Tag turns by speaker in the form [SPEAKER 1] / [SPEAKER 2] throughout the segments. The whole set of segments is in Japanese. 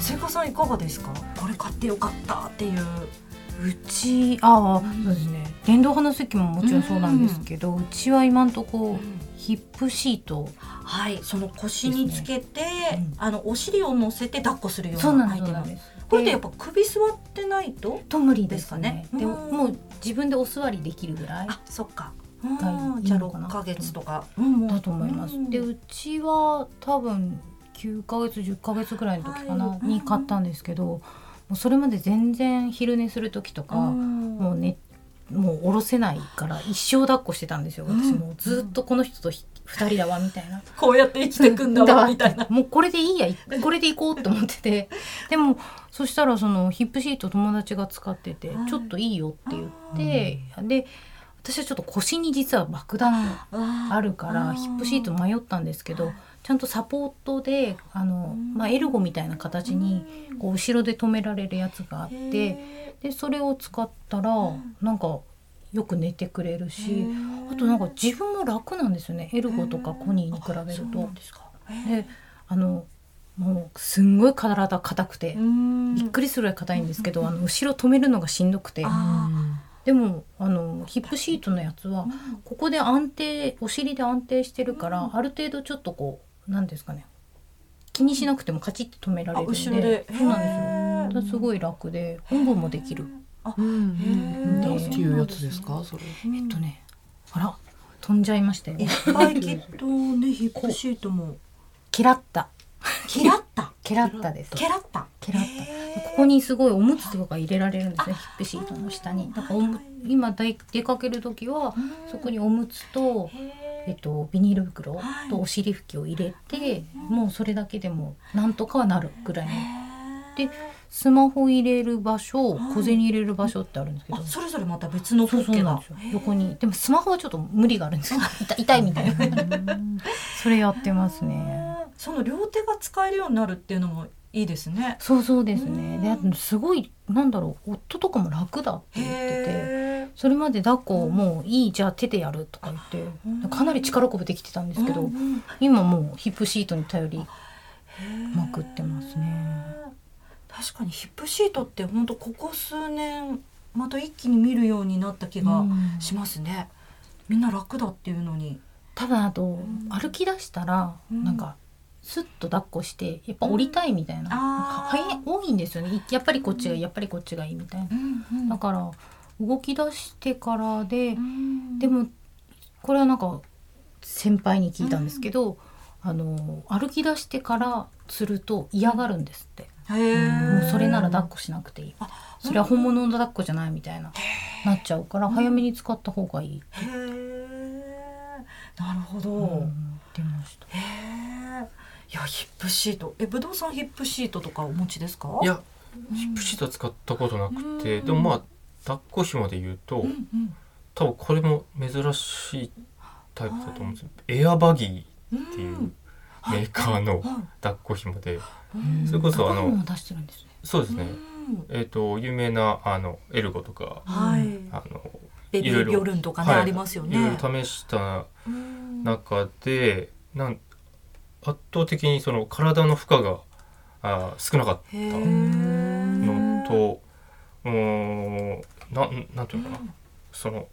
[SPEAKER 1] スイカさんいかがですかこれ買ってよかったっていう
[SPEAKER 2] うちああそうですね電動派の席ももちろんそうなんですけど、うちは今んとこヒップシート
[SPEAKER 1] はいその腰につけて、
[SPEAKER 2] うん
[SPEAKER 1] あのお尻を乗せて抱っこするよ
[SPEAKER 2] そう
[SPEAKER 1] う
[SPEAKER 2] な
[SPEAKER 1] なんア
[SPEAKER 2] で
[SPEAKER 1] イテ
[SPEAKER 2] すそう
[SPEAKER 1] ム
[SPEAKER 2] なんです
[SPEAKER 1] これでやっぱ首座ってないと
[SPEAKER 2] と無理ですか
[SPEAKER 1] で
[SPEAKER 2] ね
[SPEAKER 1] すかね
[SPEAKER 2] で
[SPEAKER 1] う
[SPEAKER 2] も
[SPEAKER 1] ん
[SPEAKER 2] もう自分でお座りできるぐらい
[SPEAKER 1] あそっか
[SPEAKER 2] がいい
[SPEAKER 1] うんじゃあ
[SPEAKER 2] いいのかな
[SPEAKER 1] 6ヶ月とか
[SPEAKER 2] だと思います、で
[SPEAKER 1] うん
[SPEAKER 2] うちは多分9ヶ月10ヶ月ぐらいの時かな、
[SPEAKER 1] はい
[SPEAKER 2] に買ったんですけどもうそれまで全然昼寝する時とか、もうねもう下ろせないから一生抱っこしてたんですよ
[SPEAKER 1] うん
[SPEAKER 2] 私もうずっとこの人とひ二人だわみたいな。
[SPEAKER 1] こうやって生きてくんだわみたいな
[SPEAKER 2] もうこれで いいやいこれで行こうと思っててでもそしたらそのヒップシート友達が使ってて、
[SPEAKER 1] はい
[SPEAKER 2] ちょっといいよって言って、で私はちょっと腰に実は爆弾あ
[SPEAKER 1] あ
[SPEAKER 2] るから
[SPEAKER 1] あー
[SPEAKER 2] ヒップシート迷ったんですけどちゃんとサポートであの、
[SPEAKER 1] うん
[SPEAKER 2] まあ、エルゴみたいな形にこう後ろで止められるやつがあって でそれを使ったら
[SPEAKER 1] うん
[SPEAKER 2] なんかよく寝てくれるしあとなんか自分も楽なんですよねエルゴとかコニーに比べると。であのもうすんごい体硬くて、びっくりするぐらい硬いんですけど、あの後ろ止めるのがしんどくて
[SPEAKER 1] あ
[SPEAKER 2] でもあのヒップシートのやつはここで安定お尻で安定してるから、
[SPEAKER 1] うん
[SPEAKER 2] ある程度ちょっとこう何ですかね気にしなくてもカチッと止められるんで
[SPEAKER 1] 後ろで
[SPEAKER 2] そうなんですよ
[SPEAKER 1] なん
[SPEAKER 2] だからすごい楽でおんぶもできる
[SPEAKER 3] うん
[SPEAKER 2] へ
[SPEAKER 3] な
[SPEAKER 2] ー
[SPEAKER 3] んていうやつですかそれ
[SPEAKER 2] えっとねあら飛んじゃいましたよ
[SPEAKER 1] いっぱいきっ とねヒップシートも
[SPEAKER 2] ケラッタ
[SPEAKER 1] ケラッタ
[SPEAKER 2] ケラッタです
[SPEAKER 1] ケラッタ
[SPEAKER 2] ケラッタ
[SPEAKER 1] タ
[SPEAKER 2] ここにすごいおむつとか入れられるんですねヒップシートの下にだからおむ
[SPEAKER 1] はい
[SPEAKER 2] 今だい出かける時はそこ
[SPEAKER 1] に
[SPEAKER 2] におむつと、えっと、ビニール袋
[SPEAKER 1] はい
[SPEAKER 2] とお尻拭きを入れてもうそれだけでもなんとかはなるぐらいのでスマホ入れる場所
[SPEAKER 1] はい
[SPEAKER 2] 小銭入れる場所ってあるんですけど
[SPEAKER 1] あ、それぞれまた別のポ
[SPEAKER 2] そう
[SPEAKER 1] ッ
[SPEAKER 2] そう
[SPEAKER 1] ケ
[SPEAKER 2] なん
[SPEAKER 1] が
[SPEAKER 2] ですよ横にでもスマホはちょっと無理があるんですよ痛い痛いみたいなそれやってますね
[SPEAKER 1] その両手が使えるようになるっていうのもいいですね
[SPEAKER 2] そうそうですねで
[SPEAKER 1] うん
[SPEAKER 2] あとすごいなんだろう夫とかも楽だって言ってて
[SPEAKER 1] へ
[SPEAKER 2] それまで抱っこをもういいじゃあ手でやるとか言
[SPEAKER 1] う
[SPEAKER 2] っ
[SPEAKER 1] ん
[SPEAKER 2] てかなり力こぶできてたんで
[SPEAKER 1] え
[SPEAKER 2] すけど、
[SPEAKER 1] うんうん
[SPEAKER 2] 今もうヒップシートに頼り
[SPEAKER 1] へえ
[SPEAKER 2] まくってますね。
[SPEAKER 1] 確かにヒップシートって本当ここ数年また一気に見るようになった気
[SPEAKER 2] う
[SPEAKER 1] が
[SPEAKER 2] ん
[SPEAKER 1] しますね、みんな楽だっていうのに
[SPEAKER 2] 多分あと歩き出したら
[SPEAKER 1] うん
[SPEAKER 2] なんかスッと抱っこしてやっぱ降りたいみたいな,、
[SPEAKER 1] あー
[SPEAKER 2] 早い多いんですよねいやっぱりこっちがいいやっぱりこっちがいいみたいな。だから動き出してからで、で
[SPEAKER 1] でも
[SPEAKER 2] もこれはなんか先輩に聞いたんですけど、あの歩き出してからすると嫌がるんですって。
[SPEAKER 1] へえ
[SPEAKER 2] もうそれなら抱っこしなくていいそれは本物の抱っこじゃないみたいななっちゃうから早めに使った方がいい、
[SPEAKER 1] へえなるほど、
[SPEAKER 2] うん、出ました
[SPEAKER 1] へえいやヒップシートえぶどうさんヒップシートとかお持ちですか
[SPEAKER 4] いやヒップシートは使ったことなくて、
[SPEAKER 1] うん
[SPEAKER 4] でもまあ抱っこ紐で言うと、
[SPEAKER 1] うんうん
[SPEAKER 4] 多分これも珍しいタイプだと思うんですよ、エアバギーっていうメーカーの
[SPEAKER 1] は
[SPEAKER 4] 抱っこ紐で、
[SPEAKER 1] い
[SPEAKER 4] それこそあの
[SPEAKER 2] 高いも出してるんですね
[SPEAKER 4] そうですね、
[SPEAKER 1] うん
[SPEAKER 4] えっ、と有名なあのエルゴとか
[SPEAKER 1] はい、
[SPEAKER 4] あの
[SPEAKER 1] ベビ
[SPEAKER 4] いろい
[SPEAKER 1] ー
[SPEAKER 4] ろ
[SPEAKER 1] ビョルンとかね、
[SPEAKER 4] はい
[SPEAKER 1] ありますよ
[SPEAKER 4] いろい
[SPEAKER 1] ね。
[SPEAKER 4] ろ試した
[SPEAKER 1] うん
[SPEAKER 4] 中でなん圧倒的にその体の負荷があー少なかっ
[SPEAKER 1] へ
[SPEAKER 4] た
[SPEAKER 1] ー
[SPEAKER 4] のとうーんななんていうのかな、その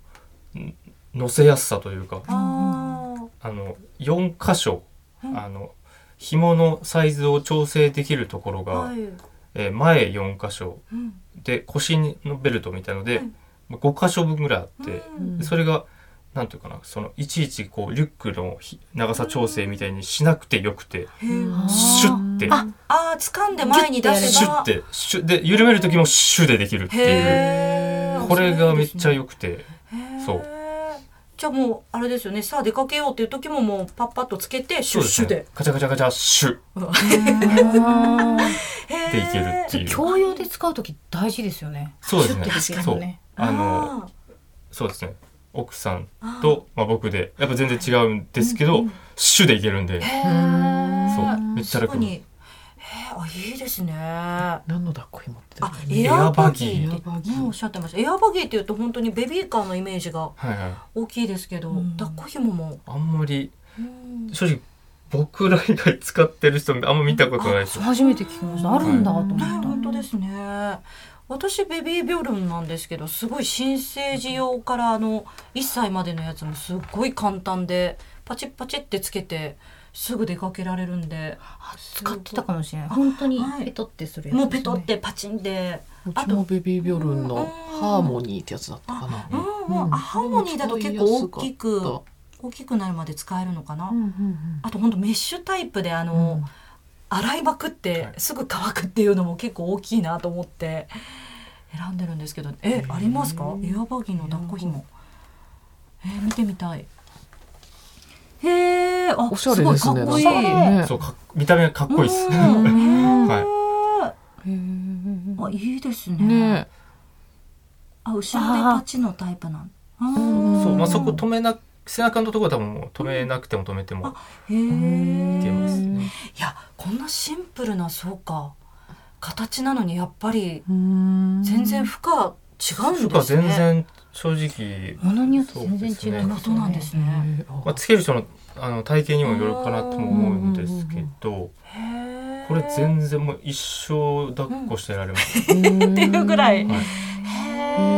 [SPEAKER 4] ん乗せやすさというか
[SPEAKER 1] あー
[SPEAKER 4] あの4箇所、
[SPEAKER 1] うん
[SPEAKER 4] あの紐のサイズを調整できるところが、
[SPEAKER 1] はい、
[SPEAKER 4] えー前4箇所
[SPEAKER 1] うん
[SPEAKER 4] で腰のベルトみたいので、
[SPEAKER 1] はい
[SPEAKER 4] まあ5箇所分ぐらいあって、
[SPEAKER 1] うん
[SPEAKER 4] でそれがなんていうかなそのいちいちこうリュックのひ長さ調整みたいにしなくてよくて、
[SPEAKER 1] へー
[SPEAKER 2] あー
[SPEAKER 4] シュッて
[SPEAKER 1] あ、あー掴んで前に出
[SPEAKER 4] シ
[SPEAKER 1] せ
[SPEAKER 4] ュッ
[SPEAKER 1] ば。
[SPEAKER 4] てシュッで緩める時もシュッでできるっていう
[SPEAKER 1] へー
[SPEAKER 4] これがめっちゃ良くて、
[SPEAKER 1] そ
[SPEAKER 4] そうう
[SPEAKER 1] なんですね。へーじゃあもうあれですよね。さあ出かけようっていう時ももうパッパッとつけてシュッシュで。
[SPEAKER 4] カチャカチャカチャシュッ
[SPEAKER 1] へー
[SPEAKER 4] でいけるっていう
[SPEAKER 2] 共用で使う時大事ですよね
[SPEAKER 4] そうですね
[SPEAKER 2] シュッてできる
[SPEAKER 4] そ
[SPEAKER 2] の
[SPEAKER 4] う
[SPEAKER 2] ね
[SPEAKER 4] あの
[SPEAKER 1] ー
[SPEAKER 4] そうですね奥さん
[SPEAKER 1] あー
[SPEAKER 4] とまあ、僕でやっぱ全然違うんですけど、シュッでいけるん
[SPEAKER 1] へ
[SPEAKER 4] で
[SPEAKER 1] ー
[SPEAKER 4] そうめっちゃ
[SPEAKER 1] 確か
[SPEAKER 4] 楽
[SPEAKER 1] に。へーあいいですね。
[SPEAKER 3] 何の抱っこ紐って
[SPEAKER 1] あ
[SPEAKER 3] だ、
[SPEAKER 1] エ
[SPEAKER 4] エ
[SPEAKER 1] ア
[SPEAKER 4] ア
[SPEAKER 1] バ
[SPEAKER 4] バ
[SPEAKER 1] ギ
[SPEAKER 4] ギ
[SPEAKER 1] ー
[SPEAKER 4] ー
[SPEAKER 1] ってねおっしゃってました。エアバギーっていうと本当にベビーカーのイメージが
[SPEAKER 4] はいはい
[SPEAKER 1] 大きいですけど、
[SPEAKER 2] うん
[SPEAKER 1] 抱っこ紐も、
[SPEAKER 4] あんまり正直僕ら以外使ってる人あんま見たことないです
[SPEAKER 2] そう初めて聞きましたあるんだと思っ
[SPEAKER 1] ね、
[SPEAKER 2] た、
[SPEAKER 1] 本当ですね。私ベビービョルンなんですけどすごい新生児用からあの1歳までのやつもすっごい簡単でパチッパチッってつけてすぐ出かけられるんで
[SPEAKER 2] 使ってたかもしれない本当にペトってするやつ、
[SPEAKER 1] もうペトってパチンで、
[SPEAKER 3] うちのベビービョルン
[SPEAKER 1] あ
[SPEAKER 3] の
[SPEAKER 1] と
[SPEAKER 3] ハーモニーってやつだったかな
[SPEAKER 1] う。んうん、あハーモニーだと結構大きく大きくなるまで使えるのかな、
[SPEAKER 3] うんうんうん
[SPEAKER 1] あと本当メッシュタイプであの、
[SPEAKER 3] うん
[SPEAKER 1] 洗いまくって
[SPEAKER 4] はい
[SPEAKER 1] すぐ乾くっていうのも結構大きいなと思って選んでるんですけどえありますか岩場着の抱っこ紐えー見てみたいへえあ
[SPEAKER 3] おしゃれですね。
[SPEAKER 1] ごいかっこ
[SPEAKER 3] な
[SPEAKER 1] いい
[SPEAKER 3] んかね
[SPEAKER 4] そうか見た目がかっこいいです
[SPEAKER 1] うん
[SPEAKER 4] は
[SPEAKER 1] へ
[SPEAKER 4] い
[SPEAKER 3] へー
[SPEAKER 1] ーあいいですね
[SPEAKER 3] ね
[SPEAKER 1] あ後ろでパチのタイプなんあー
[SPEAKER 4] そうまあそこ止めな背中のところは多分もう止めなくても止めても
[SPEAKER 1] へえ
[SPEAKER 4] いけます
[SPEAKER 1] い
[SPEAKER 4] ね
[SPEAKER 1] やこんなシンプルなそうか形なのにやっぱり
[SPEAKER 3] え。うん
[SPEAKER 1] 全然負荷違うん
[SPEAKER 4] 負
[SPEAKER 1] で
[SPEAKER 4] 荷
[SPEAKER 1] すね
[SPEAKER 4] 全然正直、
[SPEAKER 2] ものによって全然違いますよ
[SPEAKER 4] そう
[SPEAKER 2] ね
[SPEAKER 1] ことなんですね、
[SPEAKER 3] へー
[SPEAKER 4] まあ、つける人のあの体型にもよるかなとも思うんですけどこれ全然もう一生抱っこしてられます、
[SPEAKER 1] っていうぐらい。
[SPEAKER 4] はい、
[SPEAKER 3] え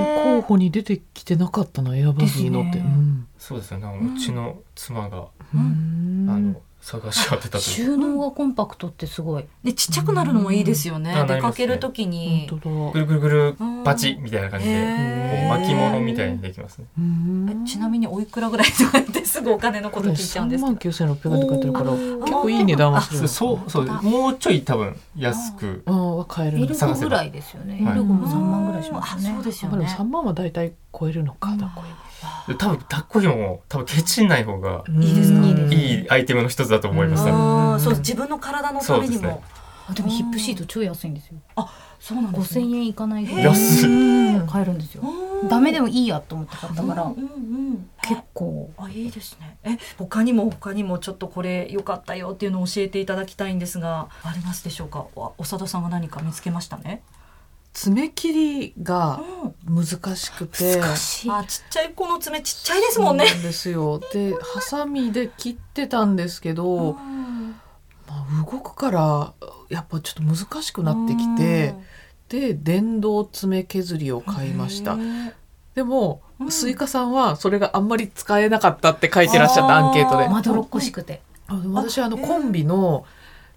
[SPEAKER 3] ー候補に出てきてなかったなエアバギーのって。
[SPEAKER 1] ですね
[SPEAKER 3] うん
[SPEAKER 4] そうですよねあのうちの妻が、
[SPEAKER 3] うん
[SPEAKER 4] あの探し当てたという
[SPEAKER 2] 収納がコンパクトってすごい
[SPEAKER 1] でちっちゃくなるのもいいですよね。
[SPEAKER 4] うん
[SPEAKER 1] 出かけるときに。
[SPEAKER 3] 本当
[SPEAKER 4] ぐ
[SPEAKER 3] だ。
[SPEAKER 4] るぐるぐるバチみたいな感じで、
[SPEAKER 1] へ
[SPEAKER 4] こう巻物みたいにできますね
[SPEAKER 3] うん
[SPEAKER 1] ちなみにおいくらぐらいとかってすぐお金のこと聞いちゃう
[SPEAKER 3] 三
[SPEAKER 1] んですけ
[SPEAKER 3] 万
[SPEAKER 1] ど。
[SPEAKER 3] 九千六百円って書いてあるから
[SPEAKER 1] お
[SPEAKER 3] 結
[SPEAKER 1] ー
[SPEAKER 3] 構いい値段がする。
[SPEAKER 4] そうそ
[SPEAKER 1] 本当
[SPEAKER 4] う
[SPEAKER 1] だ
[SPEAKER 4] もうちょい多分安く
[SPEAKER 3] うんは買えるん
[SPEAKER 2] L
[SPEAKER 3] だ。
[SPEAKER 4] 探
[SPEAKER 2] 5
[SPEAKER 4] せば
[SPEAKER 2] ぐらいですよね
[SPEAKER 4] はい
[SPEAKER 2] L5 も3万ぐらいします
[SPEAKER 1] あ
[SPEAKER 2] ね
[SPEAKER 1] そうですよ
[SPEAKER 3] まあでも
[SPEAKER 1] ね。
[SPEAKER 3] 三万はだいたい超えるのかなこ
[SPEAKER 4] で多分抱っこ紐も多分ケチんない方が
[SPEAKER 3] れ
[SPEAKER 1] いいですか
[SPEAKER 3] うん
[SPEAKER 2] いいです
[SPEAKER 4] いいアイテムの一つだと思いま
[SPEAKER 3] う
[SPEAKER 4] し
[SPEAKER 3] ん
[SPEAKER 4] た
[SPEAKER 1] あーそう自分の体のために
[SPEAKER 4] そうです
[SPEAKER 1] も
[SPEAKER 4] ね。
[SPEAKER 2] あでもヒップシート超安いんですよ
[SPEAKER 1] そうなんですね。
[SPEAKER 2] 5000円いかないぐらい
[SPEAKER 4] 安い
[SPEAKER 2] 買えるんですよ
[SPEAKER 1] 円
[SPEAKER 2] ダメで
[SPEAKER 1] も
[SPEAKER 2] もいいやと思って買ったから
[SPEAKER 1] うんうんうん
[SPEAKER 2] 結構
[SPEAKER 1] あいいですね。え他にも他にもちょっとこれ良かったよっていうのを教えていただきたいんですがありますでしょうか。おお佐藤さんが何か見つけましたね。
[SPEAKER 3] 爪切りが
[SPEAKER 1] うん。
[SPEAKER 3] 難しくて。
[SPEAKER 2] し
[SPEAKER 1] あちっちゃい子の爪ちっちゃいですもんね
[SPEAKER 3] そう。なんですよ。で、ハサミで切ってたんですけど、まあ、動くから、やっぱちょっと難しくなってきて、で、電動爪削りを買いました
[SPEAKER 1] へ。ー
[SPEAKER 3] でも、
[SPEAKER 1] うん
[SPEAKER 3] スイカさんはそれがあんまり使えなかったって書いてらっしゃったアンケートで
[SPEAKER 1] あ。ー
[SPEAKER 2] まどろっこしくて
[SPEAKER 3] あの私はあの
[SPEAKER 1] へー
[SPEAKER 3] コンビの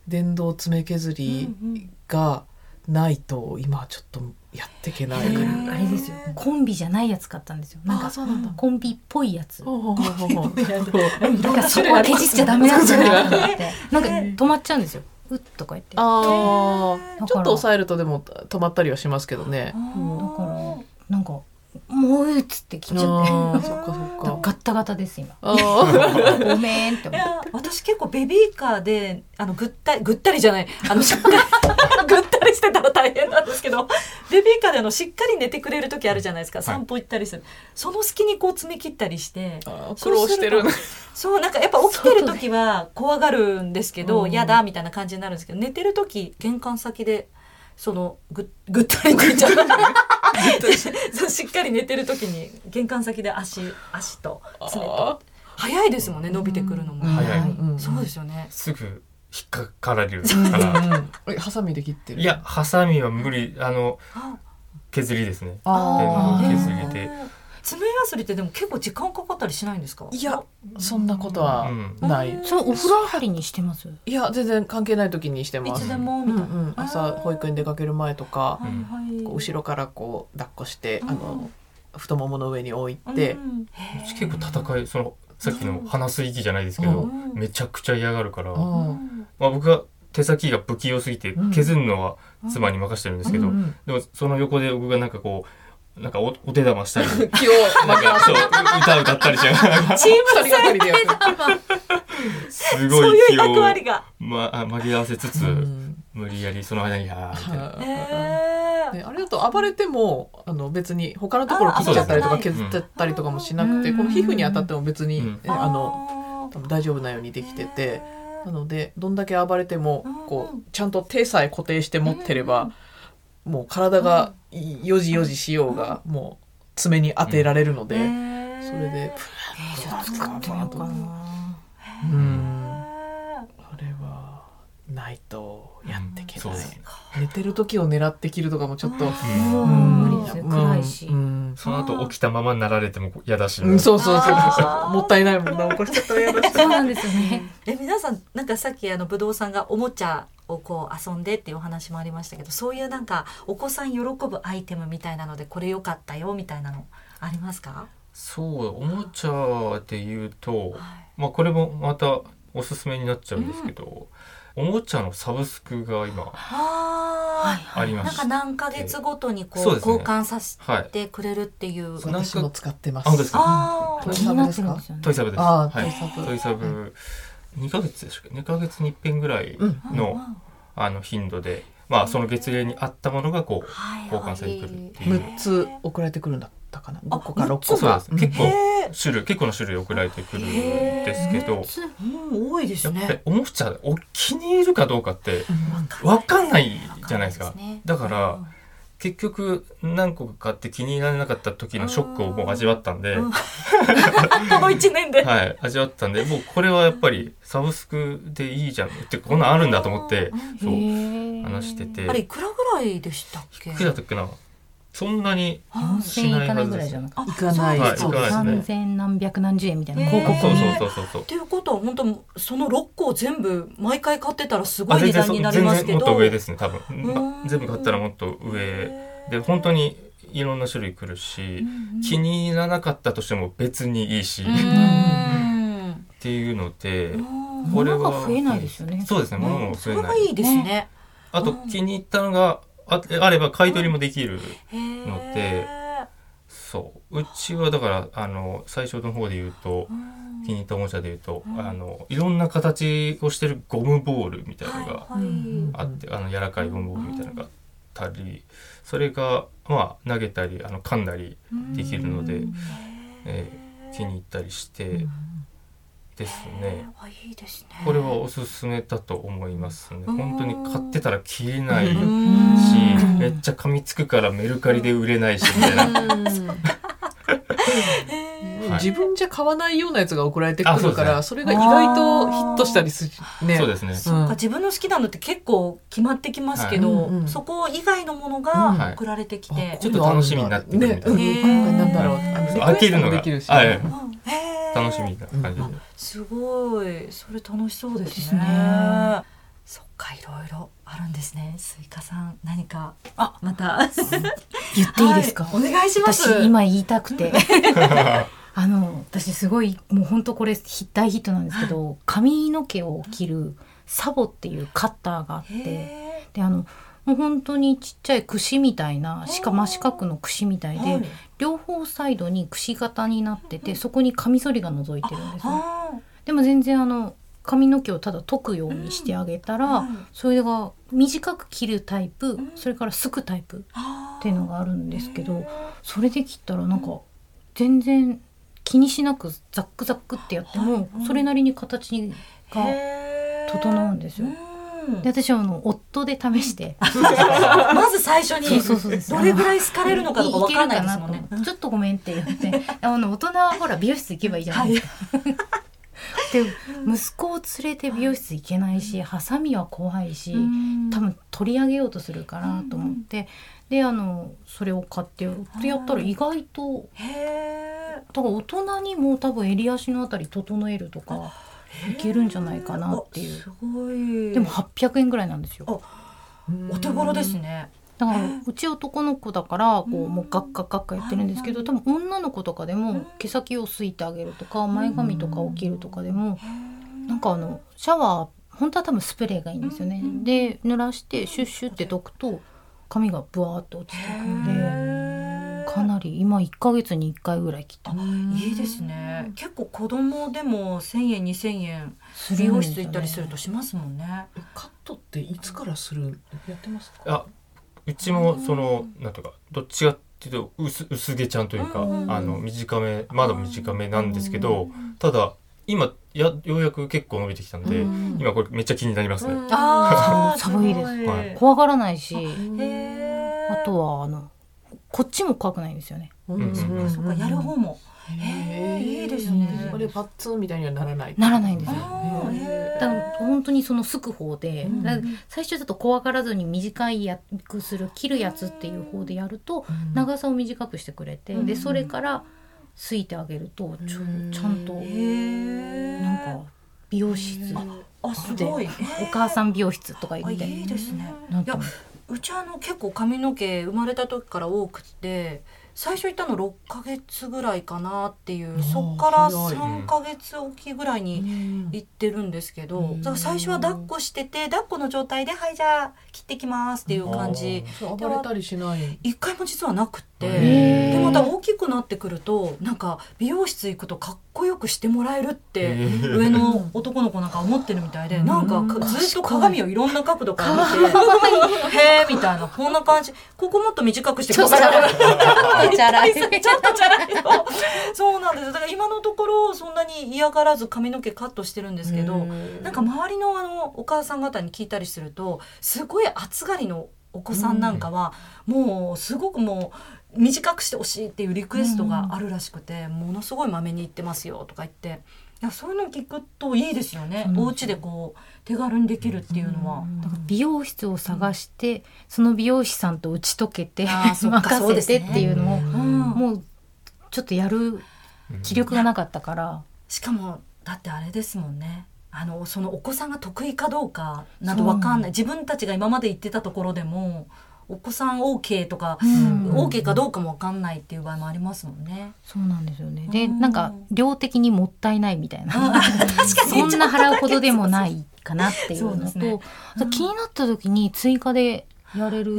[SPEAKER 3] 電動爪削り
[SPEAKER 1] うんうん
[SPEAKER 3] がないと今ちょっとやっていけない
[SPEAKER 1] へ
[SPEAKER 3] から。
[SPEAKER 1] ー
[SPEAKER 2] あれですよコンビじゃないやつ買ったんですよなん
[SPEAKER 3] あ
[SPEAKER 2] か
[SPEAKER 3] ーそうなんだ。
[SPEAKER 2] コンビっぽいやつ
[SPEAKER 3] ほうほうほうほう
[SPEAKER 2] だからそこはケチっちゃダメなんだなと思ってなんか
[SPEAKER 1] ね
[SPEAKER 2] 止まっちゃうんですようっとか言ってだか
[SPEAKER 3] あ
[SPEAKER 2] だから
[SPEAKER 3] あ、ちょっと抑えるとでも止まったりはしますけどね。
[SPEAKER 2] らなんかもうっつって切っちゃって
[SPEAKER 3] ああ、そっかそっ
[SPEAKER 2] だから
[SPEAKER 3] か。
[SPEAKER 2] ガッタガタです今
[SPEAKER 3] あー
[SPEAKER 2] ごめんって
[SPEAKER 1] い
[SPEAKER 2] 思って
[SPEAKER 1] や私結構ベビーカーであのぐったりぐったりじゃないあのしっかり ぐったりしてたら大変なんですけどベビーカーであのしっかり寝てくれる時あるじゃないですか散歩行ったりする、その隙にこう爪切ったりして
[SPEAKER 3] あ ー苦労してる。
[SPEAKER 1] そうなんかやっぱ起きてる時は怖がるんですけど
[SPEAKER 3] うん
[SPEAKER 1] 嫌だみたいな感じになるんですけど寝てる時玄関先でそのぐぐったり寝ちゃうそうしっかり寝てる時に玄関先で足足と爪と
[SPEAKER 3] あ
[SPEAKER 1] 早いですもんね伸びてくるのも、
[SPEAKER 2] うん
[SPEAKER 4] 早い
[SPEAKER 3] うん
[SPEAKER 1] そうですよね
[SPEAKER 4] すぐ引っかかられるか
[SPEAKER 3] ー
[SPEAKER 4] ら
[SPEAKER 3] うんえハサミで切ってる。
[SPEAKER 4] いやハサミは無理あの
[SPEAKER 1] あ
[SPEAKER 4] 削りですね
[SPEAKER 3] あ
[SPEAKER 4] 手
[SPEAKER 3] ー、
[SPEAKER 4] の削りで
[SPEAKER 1] 爪やすりってでも結構時間かかったりしないんですか
[SPEAKER 3] いや、そんなことはない。
[SPEAKER 1] うん
[SPEAKER 2] それお風呂上がりにしてます
[SPEAKER 3] いや、全然関係ない時にして
[SPEAKER 1] い
[SPEAKER 3] ます
[SPEAKER 1] つ。でも
[SPEAKER 3] うん
[SPEAKER 1] み
[SPEAKER 3] う
[SPEAKER 1] たいな、
[SPEAKER 3] ん、朝保育園出かける前とか、
[SPEAKER 1] はいはい、
[SPEAKER 3] こう後ろからこう抱っこして、
[SPEAKER 1] うん
[SPEAKER 3] あの太ももの上に置いて、
[SPEAKER 1] うん
[SPEAKER 4] うち結構戦いそのさっきの鼻水域じゃないですけ
[SPEAKER 1] う
[SPEAKER 4] ど
[SPEAKER 1] ん
[SPEAKER 4] めちゃくちゃ嫌がるから、
[SPEAKER 3] う
[SPEAKER 4] ま
[SPEAKER 3] ん
[SPEAKER 1] うん
[SPEAKER 4] あ、僕が手先が不器用すぎて
[SPEAKER 3] うん
[SPEAKER 4] 削るのは妻に任せてるんですけど、
[SPEAKER 3] うん
[SPEAKER 4] でもその横で僕がなんかこうなんかおお手玉したり
[SPEAKER 3] 気を
[SPEAKER 4] なんかそう歌歌ったりしながら
[SPEAKER 1] チーム
[SPEAKER 3] 二人がかりでやる。
[SPEAKER 4] すご
[SPEAKER 1] そう
[SPEAKER 4] い
[SPEAKER 1] い
[SPEAKER 4] 気
[SPEAKER 1] う
[SPEAKER 4] を
[SPEAKER 1] 役割が。
[SPEAKER 4] ま、あ紛らわせつつ、
[SPEAKER 3] うん
[SPEAKER 4] 無理やりその間に「やー」みたいな。
[SPEAKER 1] え
[SPEAKER 3] ね
[SPEAKER 1] ー
[SPEAKER 3] あれだと暴れてもあの別に他のところ切っちゃったりと
[SPEAKER 1] あ
[SPEAKER 3] か
[SPEAKER 1] 危
[SPEAKER 3] 削
[SPEAKER 4] ない
[SPEAKER 3] っちゃったりとかもしなくて
[SPEAKER 2] うん
[SPEAKER 3] この皮膚に当たっても別に、
[SPEAKER 4] うん
[SPEAKER 3] えあの多分大丈夫なようにできてて、なのでどんだけ暴れてもこ
[SPEAKER 1] う
[SPEAKER 3] うちゃんと手さえ固定して持ってれば、もう体がよじよじしようが、もう爪に当てられるので、それで、
[SPEAKER 2] えー、じゃあ作ってみようかな
[SPEAKER 3] うん、
[SPEAKER 1] えー
[SPEAKER 3] れはないとやっていけない、
[SPEAKER 4] うんそう
[SPEAKER 3] 寝てる時を狙って切るとかもちょっと、
[SPEAKER 2] う
[SPEAKER 3] うん
[SPEAKER 2] 無理ですよ暗いし
[SPEAKER 3] うん
[SPEAKER 4] その後起きたままになられても嫌だし、
[SPEAKER 3] うんそうそうそう
[SPEAKER 1] あ
[SPEAKER 3] そ
[SPEAKER 1] ー
[SPEAKER 3] うもったいないもんな起こしちゃったら嫌だし
[SPEAKER 2] そうなんですよね
[SPEAKER 1] え皆さんなんかさっきあのぶどうさんがおもちゃをこう遊んでっていうお話もありましたけどそういうなんかお子さん喜ぶアイテムみたいなのでこれ良かったよみたいなのありますか、
[SPEAKER 4] そうおもちゃで言うと、
[SPEAKER 1] は
[SPEAKER 4] まあ、これもまたおすすめになっちゃうんですけど、おもちゃのサブスクが今
[SPEAKER 1] あ
[SPEAKER 4] ありま
[SPEAKER 1] なん
[SPEAKER 4] し
[SPEAKER 1] か
[SPEAKER 4] て、
[SPEAKER 1] 何ヶ月ごとにこう
[SPEAKER 4] そうですね
[SPEAKER 1] 交換させ
[SPEAKER 4] はい
[SPEAKER 1] てくれるっていう。
[SPEAKER 4] そうなんか
[SPEAKER 3] 私も使ってます
[SPEAKER 4] あ本当ですか
[SPEAKER 1] あ
[SPEAKER 3] ト
[SPEAKER 1] ー
[SPEAKER 3] イ
[SPEAKER 2] 気
[SPEAKER 3] サ
[SPEAKER 2] に
[SPEAKER 3] ブで
[SPEAKER 2] なって
[SPEAKER 3] す
[SPEAKER 2] る
[SPEAKER 3] か
[SPEAKER 2] んですよね
[SPEAKER 4] トイサブです。
[SPEAKER 3] あー
[SPEAKER 4] はい、
[SPEAKER 3] ト
[SPEAKER 4] ト
[SPEAKER 3] イ
[SPEAKER 4] イ
[SPEAKER 3] サ
[SPEAKER 4] サ
[SPEAKER 3] ブ
[SPEAKER 4] ブ2ヶ月でしたっけ2ヶ月に1遍ぐらい
[SPEAKER 3] うん
[SPEAKER 4] の,、
[SPEAKER 1] うん
[SPEAKER 4] あの頻度で、まあ、その月齢に合ったものがこう
[SPEAKER 1] はい
[SPEAKER 4] 交換されてくるっていう
[SPEAKER 3] 6つ送られてくるんだったかな5個か
[SPEAKER 1] あ
[SPEAKER 3] 6
[SPEAKER 4] そ
[SPEAKER 3] 個
[SPEAKER 4] うで
[SPEAKER 3] か
[SPEAKER 4] す結構
[SPEAKER 1] へえ、
[SPEAKER 4] 種類結構な種類送られてくるんですけど
[SPEAKER 1] うん、多いです
[SPEAKER 4] やっぱり
[SPEAKER 1] ね。
[SPEAKER 4] おもちゃお気に入るかどうかって
[SPEAKER 3] うん
[SPEAKER 4] 分かんないじゃないですか
[SPEAKER 1] わんね
[SPEAKER 4] だから
[SPEAKER 1] うん
[SPEAKER 4] 結局何個か買って気に入らなかった時のショックをもう味わったんで、
[SPEAKER 1] うんこの一年で。
[SPEAKER 4] はい、味わったんでもうこれはやっぱりサブスクでいいじゃんってこんなんあるんだと思ってそう
[SPEAKER 2] へー
[SPEAKER 4] 話してて
[SPEAKER 1] あれいくらぐらいでしたっけ？
[SPEAKER 4] いくらだったっけなそんなに
[SPEAKER 1] あ
[SPEAKER 2] 4000円いかないぐらいじゃなくて
[SPEAKER 1] あ
[SPEAKER 3] 行かない
[SPEAKER 4] はい
[SPEAKER 3] そう
[SPEAKER 4] 行かないですね
[SPEAKER 2] 三千何百何十円みたいな
[SPEAKER 1] へー
[SPEAKER 2] 広
[SPEAKER 4] そ
[SPEAKER 2] 告
[SPEAKER 4] うそう
[SPEAKER 2] に
[SPEAKER 4] そうそうそう
[SPEAKER 1] っていうことは本当その六個を全部毎回買ってたらすご
[SPEAKER 4] あ
[SPEAKER 1] い値
[SPEAKER 4] 全然
[SPEAKER 1] 段
[SPEAKER 4] そ
[SPEAKER 1] にな
[SPEAKER 4] 全
[SPEAKER 1] り
[SPEAKER 4] 然
[SPEAKER 1] ますけ
[SPEAKER 4] も
[SPEAKER 1] ど。
[SPEAKER 4] っと上ですね多
[SPEAKER 1] う
[SPEAKER 4] 分
[SPEAKER 1] ん
[SPEAKER 4] 全部買ったらもっと上で本当にいろんな種類来るし気に入らなかったとしても別にいいし、
[SPEAKER 1] う
[SPEAKER 4] っ
[SPEAKER 1] ん。
[SPEAKER 4] ていうので、
[SPEAKER 1] うん
[SPEAKER 4] これは
[SPEAKER 2] 物が増えないですよね
[SPEAKER 4] そうですね物も
[SPEAKER 1] そ
[SPEAKER 4] 増
[SPEAKER 1] れ
[SPEAKER 4] え
[SPEAKER 1] が
[SPEAKER 4] ない
[SPEAKER 1] いいですね。
[SPEAKER 4] あと気に入ったのがああれば買い取りもできる、のでそううちはだからあの最初の方で言うと気に入ったおもちゃで言うと、あのいろんな形をしてるゴムボールみたいなのが
[SPEAKER 1] の
[SPEAKER 4] あって、あの柔らかいゴムボールみたいなのがあったりそれがまあ投げたりあの噛んだりできるので、えー気に入ったりしてですね。
[SPEAKER 1] いいですね。
[SPEAKER 4] これはおすすめだと思いますね。
[SPEAKER 1] うん
[SPEAKER 4] 本当に買ってたら切れないし、
[SPEAKER 1] うん
[SPEAKER 4] めっちゃ噛みつくからメルカリで売れないしみたいな。
[SPEAKER 1] へ
[SPEAKER 4] はい
[SPEAKER 3] 自分じゃ買わないようなやつが送られてく
[SPEAKER 4] あそう
[SPEAKER 3] る
[SPEAKER 4] で
[SPEAKER 3] か
[SPEAKER 4] すね
[SPEAKER 3] らそれが意外とヒットしたりするね
[SPEAKER 4] そうですね。
[SPEAKER 1] ーなんか自分の好きなのって結構決まってきますけ
[SPEAKER 3] はいうんう
[SPEAKER 1] ど、
[SPEAKER 3] ん
[SPEAKER 1] そこ以外のもの
[SPEAKER 3] うん
[SPEAKER 4] は
[SPEAKER 1] が
[SPEAKER 4] い
[SPEAKER 1] 送られてき
[SPEAKER 3] あ
[SPEAKER 1] て、
[SPEAKER 4] ちょっと楽しみになってくるみたい
[SPEAKER 3] ね
[SPEAKER 4] な
[SPEAKER 3] うん今回なんだろうあの
[SPEAKER 4] 開けるの
[SPEAKER 3] リクエストも
[SPEAKER 4] が
[SPEAKER 3] できるし
[SPEAKER 4] はいはい
[SPEAKER 1] うんへー
[SPEAKER 4] 楽しみな感じで。
[SPEAKER 1] すごいそれ楽しそうですね
[SPEAKER 2] ですね
[SPEAKER 1] そっかいろいろあるんですねスイカさん何かあまた
[SPEAKER 2] 言っていいですか、
[SPEAKER 1] はいお願いします
[SPEAKER 2] 私今言いたくてあの私すごいもう本当これ大ヒットなんですけど髪の毛を切るサボっていうカッターがあって
[SPEAKER 1] へ
[SPEAKER 2] であのもう本当にちっちゃい櫛みたいなしか
[SPEAKER 1] おー
[SPEAKER 2] 真四角の櫛みたい
[SPEAKER 1] ー
[SPEAKER 2] で、
[SPEAKER 1] はい
[SPEAKER 2] 両方サイドに櫛型になっててそこにカミソリが覗いてるんですね
[SPEAKER 1] あ
[SPEAKER 2] でも全然あの髪の毛をただ解くようにしてあげたら、
[SPEAKER 1] うんはい
[SPEAKER 2] それが短く切るタイプ、
[SPEAKER 1] ん
[SPEAKER 2] それからすくタイプ
[SPEAKER 1] ー
[SPEAKER 2] っていうのがあるんですけ
[SPEAKER 1] へ
[SPEAKER 2] ど
[SPEAKER 1] ー
[SPEAKER 2] それで切ったらなんか全然気にしなくザックザックってやっても、
[SPEAKER 1] はいうん
[SPEAKER 2] それなりに形が
[SPEAKER 1] へー
[SPEAKER 2] 整うんですよ
[SPEAKER 1] うん
[SPEAKER 2] で私はあの夫で試して
[SPEAKER 1] まず最初
[SPEAKER 2] そう
[SPEAKER 1] に
[SPEAKER 2] そうそうです
[SPEAKER 1] どれぐらい好かれるのかとかわかんないですもん
[SPEAKER 2] い
[SPEAKER 1] ね
[SPEAKER 2] けるかなと思ってちょっとごめんって言ってあの大人はほら美容室行けばいいじゃないですか。で息子を連れて美容室行けないしハサミは怖いし、
[SPEAKER 1] うん
[SPEAKER 2] 多分取り上げようとするかなと思って、であのそれを買ってやったら意外と
[SPEAKER 1] へ
[SPEAKER 2] だから大人にも多分襟足のあたり整えるとかいけるんじゃないか
[SPEAKER 1] ー
[SPEAKER 2] なってい
[SPEAKER 1] あ
[SPEAKER 2] う
[SPEAKER 1] すごい
[SPEAKER 2] でも800円ぐらいなんですよ
[SPEAKER 1] お手頃ですね
[SPEAKER 2] だからうち男の子だからこうもうガッガッガッガやってるんですけど多分女の子とかでも毛先をすいてあげるとか前髪とかを切るとかでもなんかあのシャワー本当は多分スプレーがいいんですよねで濡らしてシュッシュってどくと髪がブワーっと落ちていくの
[SPEAKER 1] へー
[SPEAKER 2] でかなり今1ヶ月に1回ぐらい切って
[SPEAKER 1] いいですね。結構子供でも1000円2000円
[SPEAKER 2] す
[SPEAKER 1] 美
[SPEAKER 2] るん
[SPEAKER 1] 容
[SPEAKER 2] ですよ
[SPEAKER 1] 室
[SPEAKER 2] ね
[SPEAKER 1] 行ったりするとしますもんね。
[SPEAKER 3] カットっていつからするやってますか
[SPEAKER 4] あうちもそのなんとかどっちかっていうと薄薄毛ちゃんというか、
[SPEAKER 1] うん
[SPEAKER 4] あの短めまだ短めなんですけど、ただ今やようやく結構伸びてきたんで、
[SPEAKER 3] うん
[SPEAKER 4] 今これめっちゃ気になりますね。
[SPEAKER 1] あ
[SPEAKER 2] ー寒いです
[SPEAKER 1] ご
[SPEAKER 4] はい
[SPEAKER 2] 怖がらないし
[SPEAKER 1] へー
[SPEAKER 2] あとはあのこっちも怖くないんですよね
[SPEAKER 3] う
[SPEAKER 4] うん
[SPEAKER 1] そうかそうかやる方も。へえいいですね
[SPEAKER 3] あれパッツンみたいにはならない
[SPEAKER 2] ならないんですよ
[SPEAKER 1] あーへ
[SPEAKER 2] だから
[SPEAKER 1] ー
[SPEAKER 2] 本当にそのすく方で、
[SPEAKER 3] うん
[SPEAKER 2] だから最初ちょっと怖がらずに短いやくする切るやつっていう方でやると長さを短くしてくれて、
[SPEAKER 1] うん
[SPEAKER 2] でそれからすいてあげるとちょ
[SPEAKER 3] うん
[SPEAKER 2] ちゃんと
[SPEAKER 1] へー
[SPEAKER 2] なんか美容室
[SPEAKER 1] あすごい
[SPEAKER 2] お母さ
[SPEAKER 1] ん
[SPEAKER 2] ん美容室とか言
[SPEAKER 1] あ
[SPEAKER 2] っ
[SPEAKER 1] い
[SPEAKER 2] て
[SPEAKER 1] いですね
[SPEAKER 2] なん
[SPEAKER 1] いや
[SPEAKER 2] か
[SPEAKER 1] うちあの結構髪の毛生まれた時から多くて最初行ったの6ヶ月ぐらいかなってい
[SPEAKER 3] あー
[SPEAKER 1] うそっから
[SPEAKER 3] 早い
[SPEAKER 1] 3ヶ月おきぐらいに行ってるんですけ
[SPEAKER 3] う
[SPEAKER 1] ど
[SPEAKER 3] ん
[SPEAKER 1] だから最初は抱っこしてて抱っこの状態で「はいじゃあ切ってきます」っていう感じ
[SPEAKER 3] そう暴れたりしない
[SPEAKER 1] 一回も実はなくって。
[SPEAKER 2] へー
[SPEAKER 1] でまた大きくなってくるとなんか美容室行くとかっこよくしてもらえるって上の男の子なんか思ってるみたいでなんかかずっと鏡をいろんな角度から見 てへえみたいなこんな感じここもっと短くしてください
[SPEAKER 2] チャラ い
[SPEAKER 1] ちょっとじゃないけどそうなんですだから今のところそんなに嫌がらず髪の毛カットしてるんですけどなんか周りのあのお母さん方に聞いたりするとすごい暑がりのお子さんなんかは、もうすごくもう短くしてほしいっていうリクエストがあるらしくて、ものすごいまめに言ってますよとか言っていやそういうの聞くといいですよね、
[SPEAKER 2] そうなんですよ
[SPEAKER 1] お家でこう手軽にできるっていうのは。
[SPEAKER 2] なんか美容室を探して、その美容師さんと打ち解けて
[SPEAKER 1] あーそっかそう
[SPEAKER 2] 任
[SPEAKER 1] で
[SPEAKER 2] せ
[SPEAKER 1] すね
[SPEAKER 2] てっていうのを
[SPEAKER 1] うん
[SPEAKER 2] もうちょっとやる気力がなかったから
[SPEAKER 1] しかもだってあれですもんねあのそのお子さんが得意かどうかな
[SPEAKER 2] そ
[SPEAKER 1] ど
[SPEAKER 2] う
[SPEAKER 1] わかんない自分たちが今まで言ってたところでもお子さん OK とか、
[SPEAKER 2] うん
[SPEAKER 1] OK かどうかもわかんないっていう場合もありますもんね。
[SPEAKER 2] そうなんですよねで
[SPEAKER 1] うん
[SPEAKER 2] なんか量的にもったいないみたいな
[SPEAKER 1] 確か
[SPEAKER 2] そんな払うほどでもないかなっていう
[SPEAKER 1] そうで
[SPEAKER 2] の
[SPEAKER 1] す
[SPEAKER 2] と
[SPEAKER 1] ね
[SPEAKER 2] そう気になった時に追加でやれる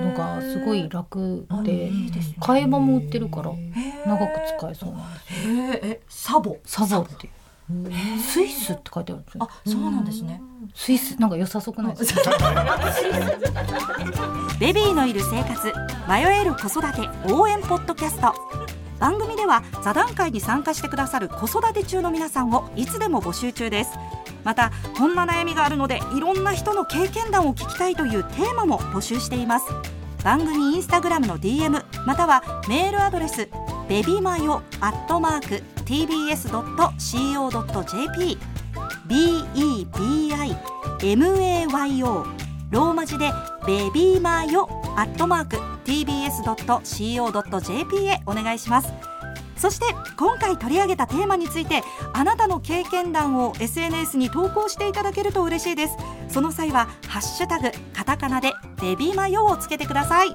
[SPEAKER 2] の
[SPEAKER 1] の
[SPEAKER 2] がすごい楽で
[SPEAKER 1] いいですね
[SPEAKER 2] 替え刃も売ってるから
[SPEAKER 1] へー
[SPEAKER 2] 長く使えそうなんですよ
[SPEAKER 1] へーえサボ
[SPEAKER 2] サザっていうスイスって書いてあるんですよ
[SPEAKER 1] あそうなんですね。
[SPEAKER 2] スイスなんか良さそうくないですか
[SPEAKER 5] ベビーのいる生活迷える子育て応援ポッドキャスト番組では座談会に参加してくださる子育て中の皆さんをいつでも募集中ですまたこんな悩みがあるのでいろんな人の経験談を聞きたいというテーマも募集しています番組インスタグラムの DM またはメールアドレスベビマヨアットマーク tbs.co.jp bebimayo ローマ字でベビーマーよアットマーク tbs.co.jp へお願いしますそして今回取り上げたテーマについてあなたの経験談を SNS に投稿していただけると嬉しいですその際はハッシュタグカタカナでベビーマヨをつけてください